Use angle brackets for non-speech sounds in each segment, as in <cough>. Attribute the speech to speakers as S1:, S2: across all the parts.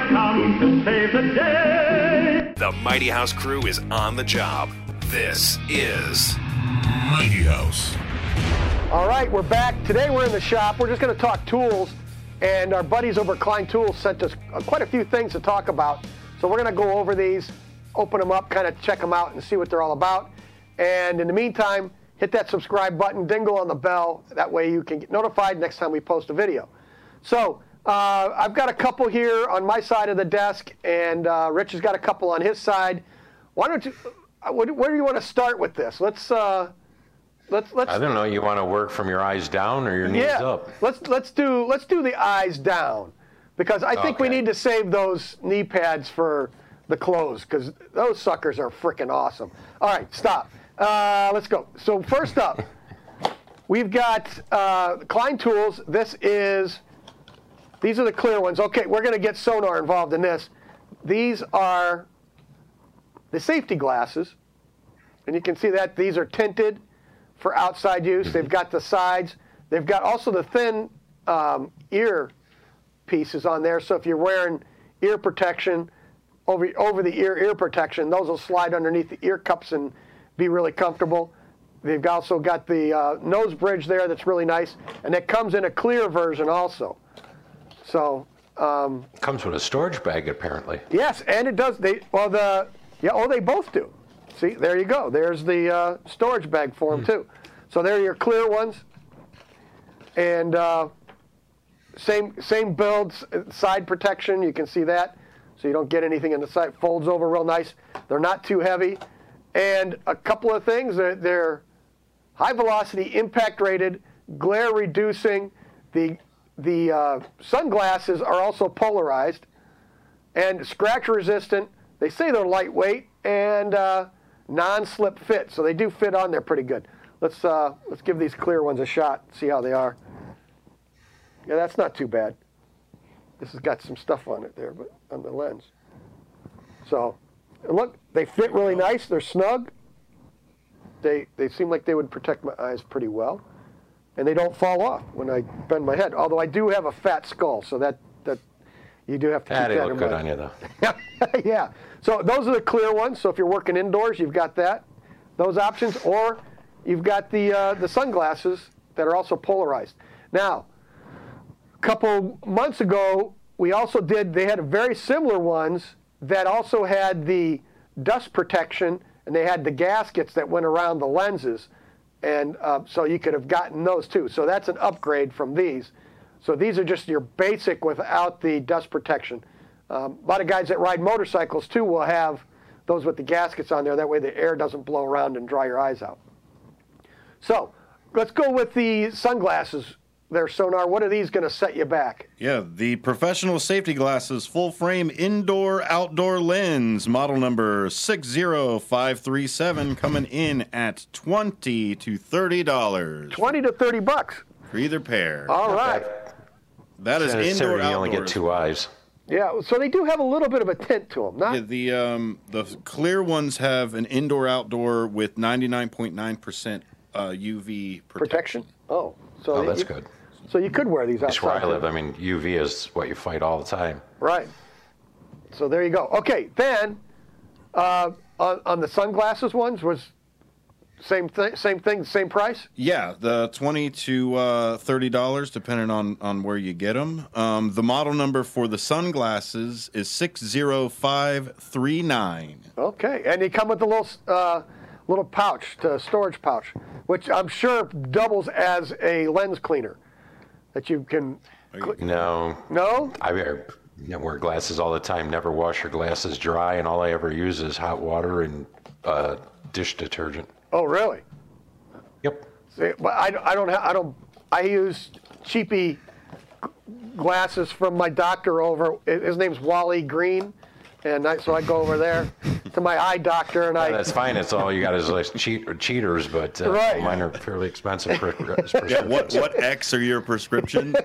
S1: can save the day.
S2: The Mighty House crew is on the job. This is Mighty House.
S3: All right, we're back. Today we're in the shop. We're just going to talk tools, and our buddies over at Klein Tools sent us uh, quite a few things to talk about. So we're going to go over these, open them up, kind of check them out, and see what they're all about. And in the meantime, hit that subscribe button, dingle on the bell. That way you can get notified next time we post a video. So uh, I've got a couple here on my side of the desk, and uh, Rich has got a couple on his side. Why don't you? uh, What, where do you want to start with this? Let's uh, let's let's
S4: I don't know. You want to work from your eyes down or your knees
S3: yeah.
S4: up?
S3: Let's let's do let's do the eyes down, because I think we
S4: Okay.
S3: need to save those knee pads for the clothes, because those suckers are freaking awesome. All right, stop. Uh, let's go. So first up, we've got uh, Klein Tools. This is these are the clear ones. Okay, we're going to get sonar involved in this. These are the safety glasses. And you can see that these are tinted for outside use. They've got the sides. They've got also the thin um, ear pieces on there. So if you're wearing ear protection over over the ear ear protection, those will slide underneath the ear cups and be really comfortable. They've also got the uh, nose bridge there that's really nice, and it comes in a clear version also. So
S4: Comes with a storage bag, apparently.
S3: Yes, and it does. They well the yeah oh they both do. See there you go. There's the uh, storage bag for them too. So there are your clear ones. And uh, same same build s- side protection. You can see that, so you don't get anything in the side. Folds over real nice. They're not too heavy. And a couple of things. They're, they're high velocity, impact rated, glare reducing. The the uh, sunglasses are also polarized and scratch resistant. They say they're lightweight and uh, non-slip fit, so they do fit on there pretty good. Let's uh, let's give these clear ones a shot. See how they are. Yeah, that's not too bad. This has got some stuff on it there, but on the lens. So, and look, they fit really nice. They're snug. They they seem like they would protect my eyes pretty well, and they don't fall off when I bend my head. Although I do have a fat skull, so that that you do have to
S4: That'd
S3: keep that
S4: look
S3: in
S4: good
S3: mind.
S4: on you, though.
S3: <laughs> yeah. So those are the clear ones. So if you're working indoors, you've got that, those options, or you've got the uh, the sunglasses that are also polarized. Now, a couple months ago, we also did. They had very similar ones that also had the dust protection, and they had the gaskets that went around the lenses, and uh, so you could have gotten those too. So that's an upgrade from these. So these are just your basic without the dust protection. Um, a lot of guys that ride motorcycles too will have those with the gaskets on there. That way the air doesn't blow around and dry your eyes out. So let's go with the sunglasses there, Sonar. What are these going to set you back?
S5: Yeah, the professional safety glasses, full frame indoor outdoor lens, model number 60537, coming in at 20 to $30
S3: 20 to 30 bucks.
S5: for either pair.
S3: All right.
S5: that is indoor
S4: Necessarily, you only get
S5: outdoor.
S4: two eyes.
S3: Yeah, so they do have a little bit of a tint to them. Not,
S5: Yeah, the um, the clear ones have an indoor outdoor with 99.9% uh, UV protection.
S3: protection. Oh, so
S4: Oh,
S3: you-
S4: that's good.
S3: So you could wear these outside.
S4: That's where I live. I mean, UV is what you fight all the time.
S3: Right. So there you go. Okay, then uh, on, on the sunglasses ones was same thing, same thing, same price.
S5: Yeah, the twenty to uh, thirty dollars, depending on on where you get them. Um, the model number for the sunglasses is six zero five three nine.
S3: Okay, and they come with a little uh, little pouch, to storage pouch, which I'm sure doubles as a lens cleaner that you can.
S4: No,
S3: No,
S4: I wear, I wear glasses all the time. Never wash your glasses dry, and all I ever use is hot water and uh, dish detergent.
S3: oh really?
S4: Yep.
S3: See, but I, I don't ha I don't I use cheapy g- glasses from my doctor over hi- his name's Wally Green and I, so I go over there to my eye doctor and I
S4: That's fine. It's all you got is like cheat, cheaters, but uh,
S3: Right.
S4: mine are fairly expensive.
S3: <laughs>
S4: Per, prescriptions.
S5: What what X are your prescription?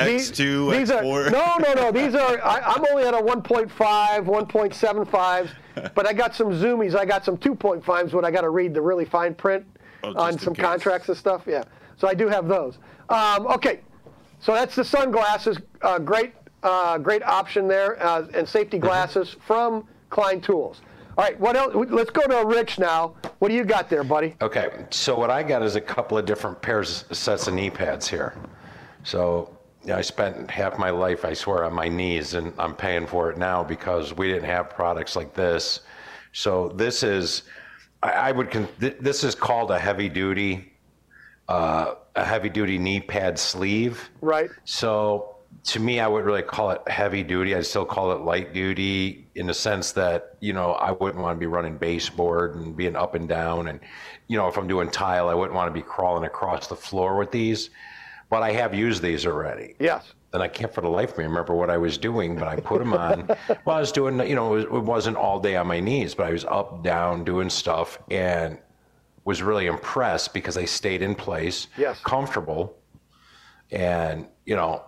S5: X two, X
S3: these are
S5: four.
S3: no no
S5: <laughs>
S3: no these are I, I'm only at a 1.5 1.75s but I got some zoomies I got some 2.5s when I got to read the really fine print
S5: Oh, just
S3: on
S5: in
S3: some
S5: case.
S3: contracts and stuff yeah so I do have those um, okay so that's the sunglasses uh, great uh, great option there, uh, and safety
S5: Mm-hmm.
S3: glasses from Klein Tools. All right, what else? Let's go to Rich now. What do you got there, buddy?
S4: Okay, so what I got is a couple of different pairs, sets of knee pads here. So you know, I spent half my life, I swear, on my knees, and I'm paying for it now because we didn't have products like this. So this is, I, I would, con- th- this is called a heavy duty, uh, a heavy duty knee pad sleeve.
S3: Right.
S4: So to me, I would really call it heavy duty. I still call it light duty in the sense that, you know, I wouldn't want to be running baseboard and being up and down. And, you know, if I'm doing tile, I wouldn't want to be crawling across the floor with these. But I have used these already.
S3: Yes.
S4: And I can't for the life of me remember what I was doing, but I put them on. <laughs> well, I was doing, you know, it, was, it wasn't all day on my knees, but I was up, down, doing stuff, and was really impressed because they stayed in place,
S3: Yes.
S4: comfortable, and you know,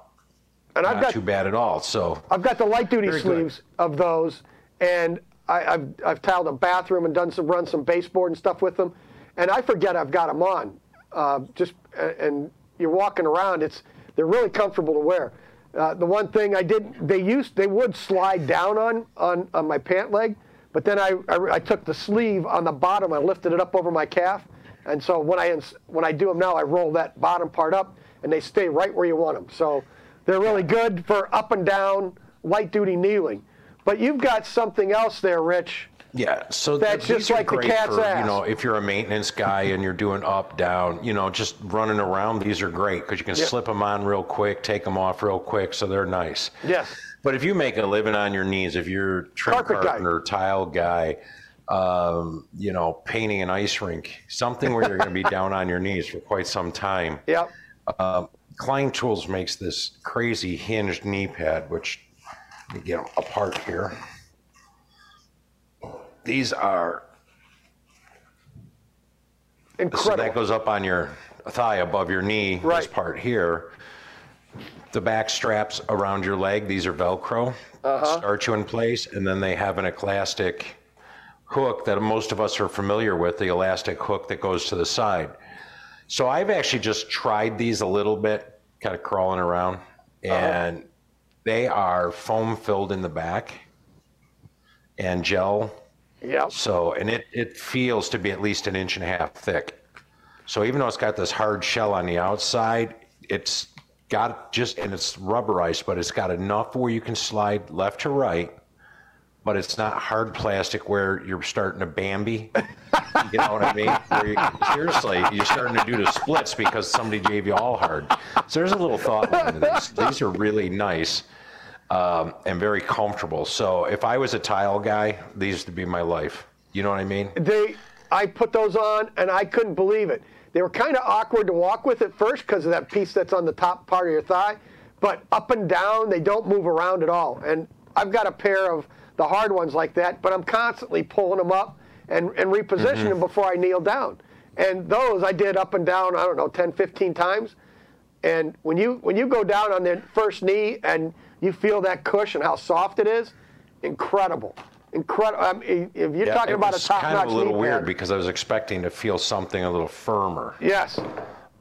S3: And I've
S4: not
S3: got
S4: too bad at all. So
S3: I've got the light duty
S4: Very good.
S3: sleeves of those, and I, I've I've tiled a bathroom and done some run some baseboard and stuff with them, and I forget I've got them on. Uh, just a- and you're walking around, it's they're really comfortable to wear. Uh, the one thing I did, they used they would slide down on on, on my pant leg, but then I, I I took the sleeve on the bottom, I lifted it up over my calf, and so when I ins- when I do them now, I roll that bottom part up, and they stay right where you want them. So they're really good for up and down, light duty kneeling. But you've got something else there, Rich.
S4: yeah, so
S3: That's
S4: these
S3: just
S4: are
S3: like the
S4: great
S3: cat's
S4: for,
S3: ass.
S4: You know, if you're a maintenance guy and you're doing up, down, you know, just running around, these are great because you can
S3: Yeah.
S4: slip them on real quick, take them off real quick, so they're nice.
S3: Yes.
S4: But if you make a living on your knees, if you're trim
S3: Carpet guy.
S4: carpenter, tile guy, um, you know, painting an ice rink, something where you're going to be <laughs> down on your knees for quite some time.
S3: Yep.
S4: Klein Tools makes this crazy hinged knee pad, which let me get them apart here. These are so
S3: Incredible.
S4: that goes up on your thigh above your knee. This
S3: Right.
S4: part here. The back straps around your leg. These are Velcro.
S3: Uh-huh.
S4: Start you in place, and then they have an elastic hook that most of us are familiar with. The elastic hook that goes to the side. So I've actually just tried these a little bit, kind of crawling around,
S3: Uh-huh.
S4: and they are foam filled in the back and gel
S3: yep.
S4: so, and it, it feels to be at least an inch and a half thick. So even though it's got this hard shell on the outside, it's got just, and it's rubberized, but it's got enough where you can slide left to right, but it's not hard plastic where you're starting to Bambi. You know what I mean? Where you- seriously, you're starting to do the splits because somebody gave you all hard. So there's a little thought went into this. These are really nice um, and very comfortable. So if I was a tile guy, these would be my life. You know what I mean?
S3: They, I put those on, and I couldn't believe it. They were kind of awkward to walk with at first because of that piece that's on the top part of your thigh, but up and down, they don't move around at all. And I've got a pair of the hard ones like that, but I'm constantly pulling them up and, and repositioning them before I kneel down. And those I did up and down, I don't know, 10, 15 times. And when you when you go down on the first knee and you feel that cushion, how soft it is, incredible, incredible. I mean, if you're talking
S4: it
S3: about a
S4: was
S3: top-notch
S4: kind of a little
S3: knee
S4: weird
S3: pad.
S4: because I was expecting to feel something a little firmer.
S3: Yes,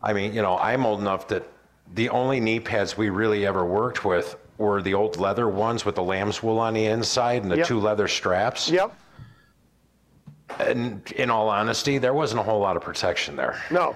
S4: I mean, you know, I'm old enough that the only knee pads we really ever worked with were the old leather ones with the lamb's wool on the inside and the
S3: Yep.
S4: two leather straps.
S3: yep,
S4: And in all honesty, there wasn't a whole lot of protection there.
S3: no,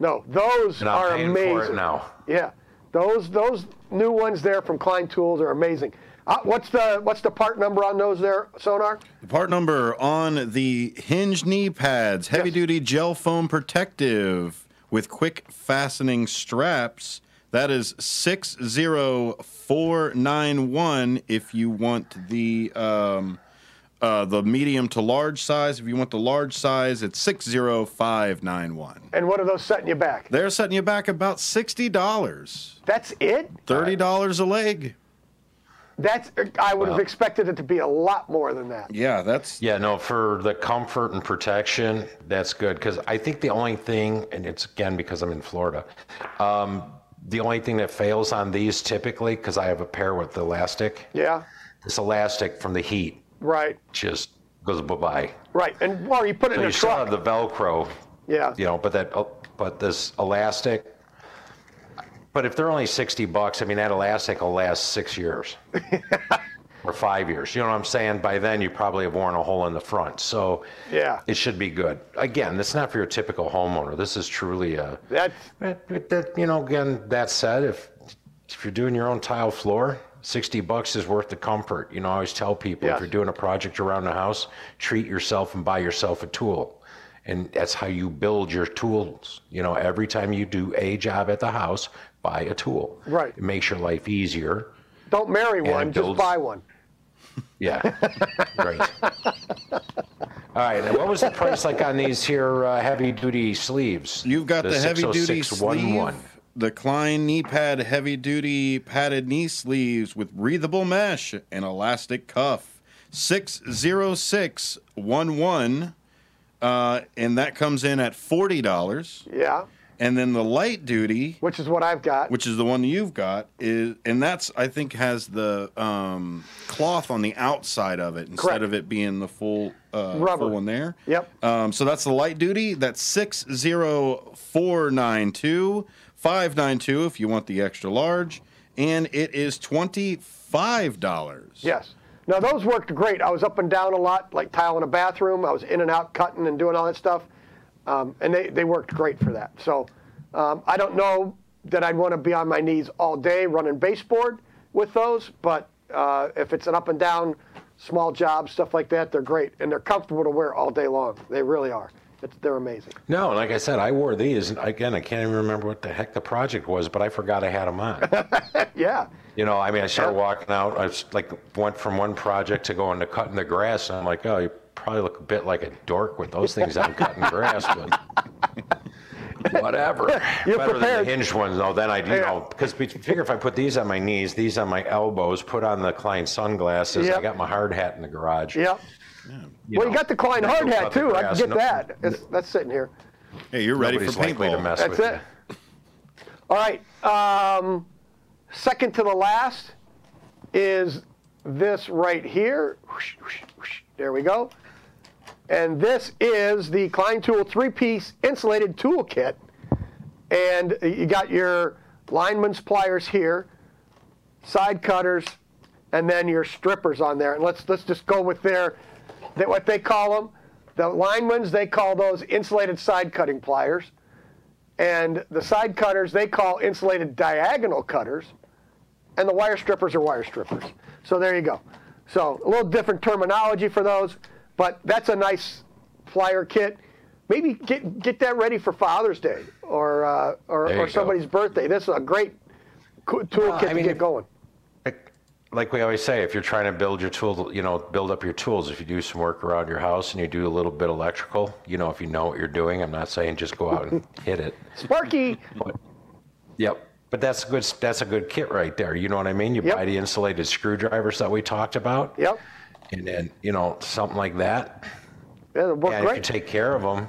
S3: no, those
S4: And I'm
S3: are
S4: paying
S3: amazing.
S4: for it now.
S3: Yeah, those those new ones there from Klein Tools are amazing. Uh, what's the what's the part number on those there, Sonar?
S5: Part number on the hinge knee pads, heavy duty gel foam protective with quick fastening straps. That is 60491 if you want the um, uh, the medium to large size. If you want the large size, it's 60591.
S3: And what are those setting you back?
S5: They're setting you back about $60,
S3: That's it.
S5: $30 a leg.
S3: That's I would have expected it to be a lot more than that.
S5: Yeah, that's
S4: Yeah, no, for the comfort and protection, that's good. Because I think the only thing, and it's again because I'm in Florida, um, the only thing that fails on these typically, because I have a pair with elastic,
S3: Yeah,
S4: this elastic from the heat
S3: right,
S4: just goes bye bye.
S3: right. And well, you put it
S4: So
S3: in
S4: you
S3: a
S4: still
S3: truck.
S4: have the Velcro,
S3: yeah,
S4: you know, but that, but this elastic, But if they're only 60 bucks, I mean, that elastic will last six years or five years. You know what I'm saying? By then, you probably have worn a hole in the front. So
S3: Yeah.
S4: it should be good. Again, that's not for your typical homeowner. This is truly a.
S3: That's
S4: But, but that, you know, again, that said, if if you're doing your own tile floor, 60 bucks is worth the comfort. You know, I always tell people
S3: Yes.
S4: if you're doing a project around the house, treat yourself and buy yourself a tool. And that's how you build your tools. You know, every time you do a job at the house, buy a tool.
S3: Right.
S4: It makes your life easier.
S3: don't marry one, just
S4: builds-
S3: buy one. <laughs>
S4: Yeah. Great. All right. And what was the price like on these here uh, heavy duty sleeves?
S5: You've got the, heavy duty sleeve,
S4: 60611.
S5: the Klein knee pad heavy duty padded knee sleeves with breathable mesh and elastic cuff. 60611. Uh, and that comes in at $40.
S3: Yeah,
S5: And then the light duty,
S3: which is what I've got.
S5: which is the one you've got, is and that's I think has the um, cloth on the outside of it instead
S3: Correct.
S5: of it being the full uh,
S3: Rubber.
S5: full one there.
S3: Yep.
S5: Um, so that's the light duty. That's 60492, 592 if you want the extra large. And it is $25.
S3: Yes. Now those worked great. I was up and down a lot, like tile in a bathroom. I was in and out cutting and doing all that stuff, um, and they, they worked great for that. So um, I don't know that I'd want to be on my knees all day running baseboard with those, but uh, if it's an up and down, small job stuff like that, they're great and they're comfortable to wear all day long. They really are. It's, they're amazing.
S4: No, like I said, I wore these, and again, I can't even remember what the heck the project was, but I forgot I had
S3: <laughs>
S4: them on.
S3: Yeah.
S4: you know, I mean, I started walking out. I was like, went from one project to going to cutting the grass, and I'm like, oh, you probably look a bit like a dork with those things on cutting grass, but
S3: <laughs>
S4: whatever.
S3: You're
S4: Better than
S3: prepared.
S4: the hinged ones, though. Then I, you
S3: Yeah.
S4: know, because figure if I put these on my knees, these on my elbows, put on the Klein sunglasses, I
S3: Yep.
S4: got my hard hat in the garage.
S3: Yep. well, you
S4: know,
S3: got the Klein
S4: no
S3: hard hat
S4: cut the
S3: too. I can
S4: grass,
S3: get
S4: no-
S3: that. It's, that's sitting here.
S5: Hey, you're ready for
S4: Nobody's likely to
S5: paintball.
S4: mess
S3: That's
S4: with
S3: it.
S4: you.
S3: All right. Um, second to the last is this right here. Whoosh, whoosh, whoosh. There we go. And this is the Klein Tool three piece insulated tool kit. And you got your lineman's pliers here, side cutters, and then your strippers on there. And let's let's just go with their that what they call them. The linemen's they call those insulated side cutting pliers and the side cutters they call insulated diagonal cutters, and the wire strippers are wire strippers. So there you go. So a little different terminology for those, but that's a nice plier kit. Maybe get get that ready for Father's Day or uh, or,
S4: There you
S3: or
S4: go.
S3: somebody's birthday. This is a great co- tool
S4: Well,
S3: kit
S4: I mean,
S3: to
S4: if-
S3: get going.
S4: like like we always say, if you're trying to build your tool, you know, build up your tools. If you do some work around your house and you do a little bit electrical, you know, if you know what you're doing, I'm not saying just go out
S3: <laughs>
S4: and hit it. <laughs>
S3: Sparky,
S4: Yep. But that's a good that's a good kit right there. You know what I mean? You
S3: Yep.
S4: buy the insulated screwdrivers that we talked about.
S3: yep,
S4: And then you know something like that.
S3: yeah, it worked
S4: And
S3: great.
S4: if you take care of them,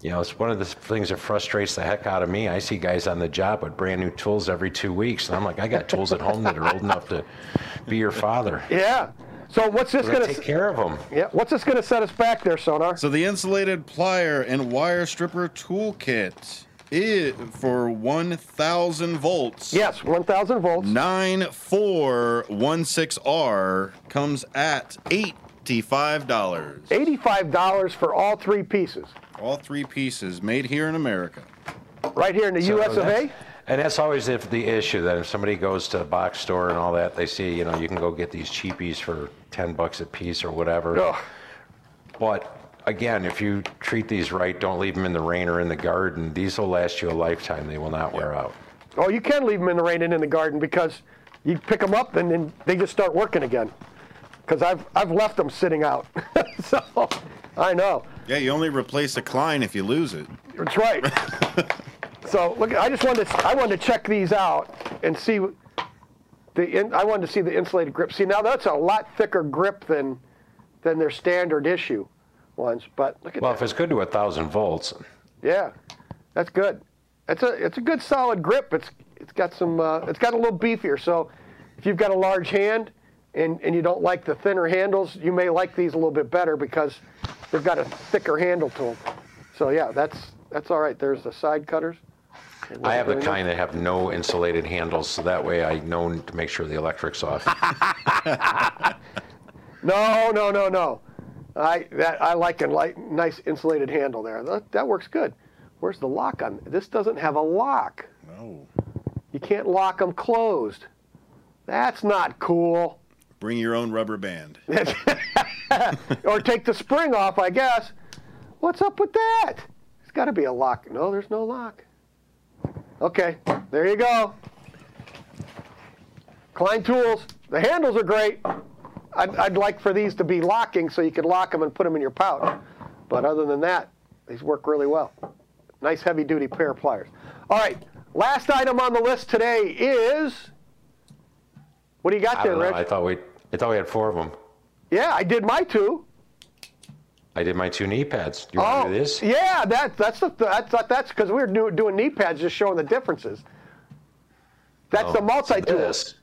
S4: you know, it's one of the things that frustrates the heck out of me. I see guys on the job with brand new tools every two weeks, and I'm like, I got tools at home that are old enough to be your father.
S3: <laughs> yeah. So what's this
S4: Gotta
S3: gonna?
S4: take care of them.
S3: Yeah, what's this gonna set us back there, Sonar?
S5: So the insulated plier and wire stripper toolkit is for 1,000 volts.
S3: yes, 1,000 volts.
S5: 9416R comes at $85.
S3: $85 for all three pieces.
S5: All three pieces made here in America.
S3: Right here in the
S4: So
S3: US of A?
S4: that's- And that's always if the issue that if somebody goes to a box store and all that, they see, you know, you can go get these cheapies for 10 bucks a piece or whatever.
S3: Ugh.
S4: But again, if you treat these right, don't leave them in the rain or in the garden, these will last you a lifetime. They will not wear out.
S3: Oh, you can leave them in the rain and in the garden because you pick them up and then they just start working again. Because I've, I've left them sitting out. <laughs> so, I know.
S5: Yeah, you only replace a Klein if you lose it.
S3: That's right. so, look, I just wanted to, I wanted to check these out and see what- the in, I wanted to see the insulated grip. See, now that's a lot thicker grip than than their standard issue ones, but look at
S4: Well,
S3: that.
S4: if it's good to 1,000 volts,
S3: Yeah, that's good. It's a it's a good solid grip. It's it's got some uh, it's got a little beefier. So if you've got a large hand and and you don't like the thinner handles, you may like these a little bit better because they've got a thicker handle to them. So yeah, that's that's all right. There's the side cutters.
S4: I have the kind that have no insulated handles, so that way I know to make sure the
S3: <laughs>
S4: electric's off.
S3: No, no, no, no. I that I like a light, nice insulated handle there. That, that works good. Where's the lock on? This doesn't have a lock.
S5: No.
S3: You can't lock them closed. That's not cool.
S5: Bring your own rubber band.
S3: or take the spring off, I guess. What's up with that? There's got to be a lock. No, there's no lock. Okay, there you go. Klein tools. The handles are great. I'd, I'd like for these to be locking so you could lock them and put them in your pouch. But other than that, these work really well. Nice heavy duty pair of pliers. All right, last item on the list today is. What do you got
S4: I
S3: there,
S4: don't know.
S3: Rich?
S4: I thought we, I thought we had four of them.
S3: yeah, I did my two.
S4: I did my two knee pads. You want to do this?
S3: Oh, yeah, that, that's the that's that's because we were do, doing knee pads, just showing the differences. That's the multi tool.
S4: Oh, This. Oh,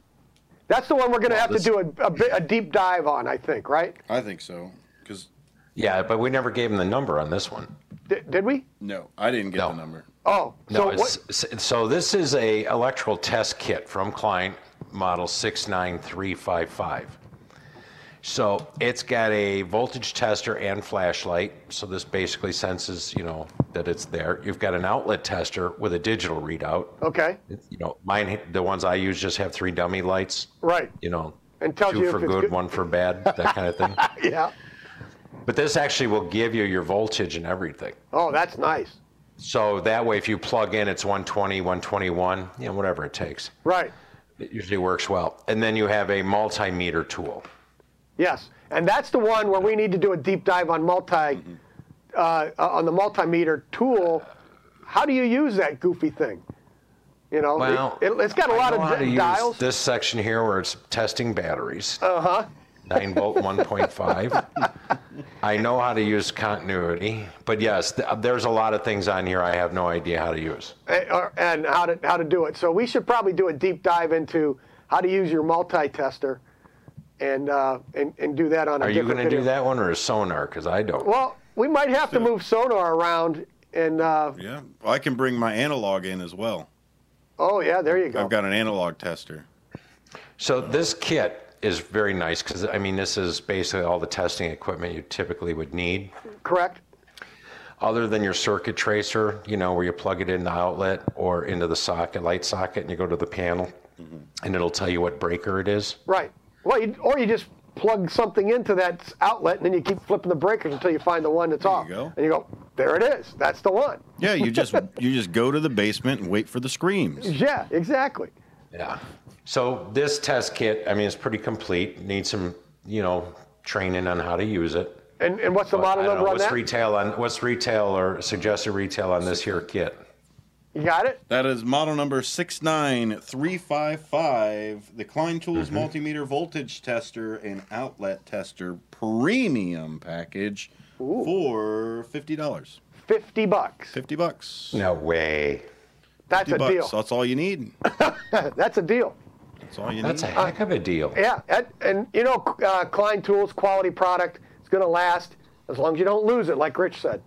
S3: That's the one we're going to have
S4: this-
S3: to do a, a, bit- a deep dive on, I think, right?
S5: I think so. Because,
S4: Yeah, but we never gave him the number on this one.
S3: Di- did we?
S5: no, I didn't get
S4: No.
S5: the number.
S3: Oh, so
S4: No,
S3: what?
S4: it's s so this is a electrical test kit from Klein, model 69355. So it's got a voltage tester and flashlight. So this basically senses, you know, that it's there. You've got an outlet tester with a digital readout.
S3: Okay,
S4: You know, mine, the ones I use just have three dummy lights.
S3: right.
S4: You know,
S3: And tells
S4: two
S3: you
S4: for
S3: if it's
S4: good,
S3: good-
S4: one for bad, that kind
S3: <laughs>
S4: of thing.
S3: Yeah.
S4: But this actually will give you your voltage and everything.
S3: Oh, that's nice.
S4: So that way, if you plug in, it's 120, 121, you know, whatever it takes.
S3: Right.
S4: It usually works well. And then you have a multimeter tool.
S3: Yes, and that's the one where we need to do a deep dive on multi, uh, on the multimeter tool. How do you use that goofy thing? You know,
S4: Well,
S3: it, has got a lot
S4: I know
S3: of
S4: how to
S3: di-
S4: use
S3: dials. Uh-huh.
S4: This section here where it's testing batteries. Uh huh. Nine volt, 1.5. I know how to use continuity, but yes, th- there's a lot of things on here I have no idea how to use.
S3: and, or- and how to how to do it. So we should probably do a deep dive into how to use your multi-tester, and uh, and and do that on a
S4: Are you
S3: different
S4: going to do
S3: video.
S4: that one or a sonar? Because I don't.
S3: Well, we might have to move sonar around, and uh,
S5: Yeah. I can bring my analog in as well.
S3: oh yeah, there you go.
S5: I've got an analog tester.
S4: So this kit is very nice because I mean this is basically all the testing equipment you typically would need,
S3: Correct.
S4: other than your circuit tracer, you know, where you plug it in the outlet or into the socket, light socket, and you go to the panel, and it'll tell you what breaker it is.
S3: Right. Well, you, or you just plug something into that s- outlet, and then you keep flipping the breakers until you find the one that's
S5: There you
S3: off.
S5: go.
S3: And you go, there it is. That's the one.
S5: Yeah, you just you just go to the basement and wait for the screams.
S3: Yeah, exactly.
S4: Yeah. So this test kit, I mean, it's pretty complete. Needs some, you know, training on how to use it.
S3: And and what's the
S4: But
S3: model
S4: I don't
S3: number
S4: know,
S3: on
S4: what's
S3: that?
S4: retail on what's retail or suggested retail on this here kit?
S3: you got it.
S5: That is model number 69355, the Klein Tools
S4: Mm-hmm.
S5: multimeter voltage tester and outlet tester premium package for $50.
S3: Fifty bucks.
S5: 50 bucks.
S4: No way.
S3: That's
S5: 50
S3: a
S5: bucks.
S3: deal.
S5: That's all you need.
S3: <laughs> That's a deal.
S5: That's all you
S4: That's a
S5: need.
S3: Uh,
S4: heck of a deal.
S3: Yeah, that- and you know, uh, Klein Tools quality product. It's going to last as long as you don't lose it, like Rich said.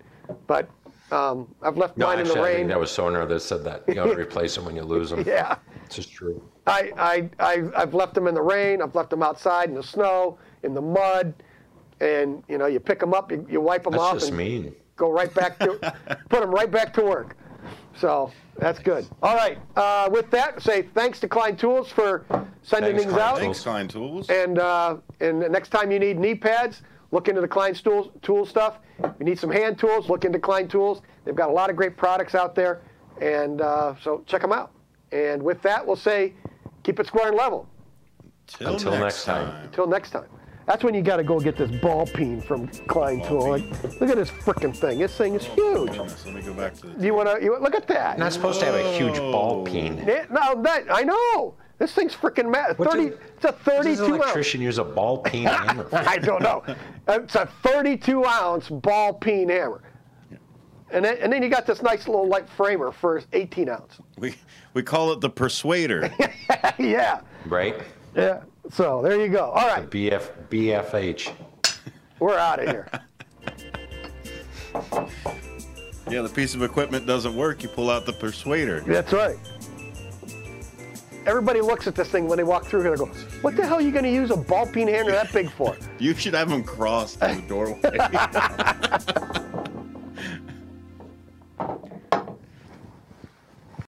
S3: But um, I've left
S4: No,
S3: mine
S4: actually,
S3: in the
S4: I think
S3: rain.
S4: that was Sonar that said that. You
S3: <laughs>
S4: got to replace them when you lose them.
S3: yeah,
S4: It's just true.
S3: I, I, I, I've left them in the rain. I've left them outside in the snow, in the mud, and you know, you pick them up, you, you wipe them
S4: That's
S3: off,
S4: just
S3: and
S4: mean.
S3: go right back to,
S4: <laughs>
S3: put them right back to work. So that's good. All right. Uh, with that, say thanks to Klein Tools for sending
S4: Thanks,
S3: things
S4: Klein
S3: out.
S5: Thanks, Klein Tools.
S3: And uh, and the next time you need knee pads, look into the Klein tool, tool stuff. If you need some hand tools, look into Klein Tools. They've got a lot of great products out there, and uh, so check them out. And with that, we'll say, keep it square and level.
S4: Until next time.
S3: Till next time. That's when you got to go get this ball peen from Klein Tool. Like, look at this frickin' thing. This thing is huge.
S5: Goodness, Let me go back to the.
S3: You wanna you, look at that?
S4: Not supposed to have a huge ball peen.
S3: Yeah, no, that I know. This thing's frickin' mad.
S4: What
S3: Thirty.
S4: does-
S3: it's a
S4: Does an
S3: thirty-two ounce.
S4: electrician use a ball peen hammer?
S3: <laughs> I don't know. It's a 32 ounce ball peen hammer. And then, and then you got this nice little light framer for his 18 ounce.
S5: We, we call it the
S3: <laughs>
S5: persuader.
S3: yeah.
S4: Right?
S3: Yeah. So there you go. All right.
S4: BF, BFH.
S3: We're out of here.
S5: Yeah, the piece of equipment doesn't work. You pull out the persuader.
S3: That's right. Everybody looks at this thing when they walk through here and goes, What the hell are you going to use a ball peen hanger that big for?
S5: You should have
S3: <laughs>
S5: them cross through the doorway.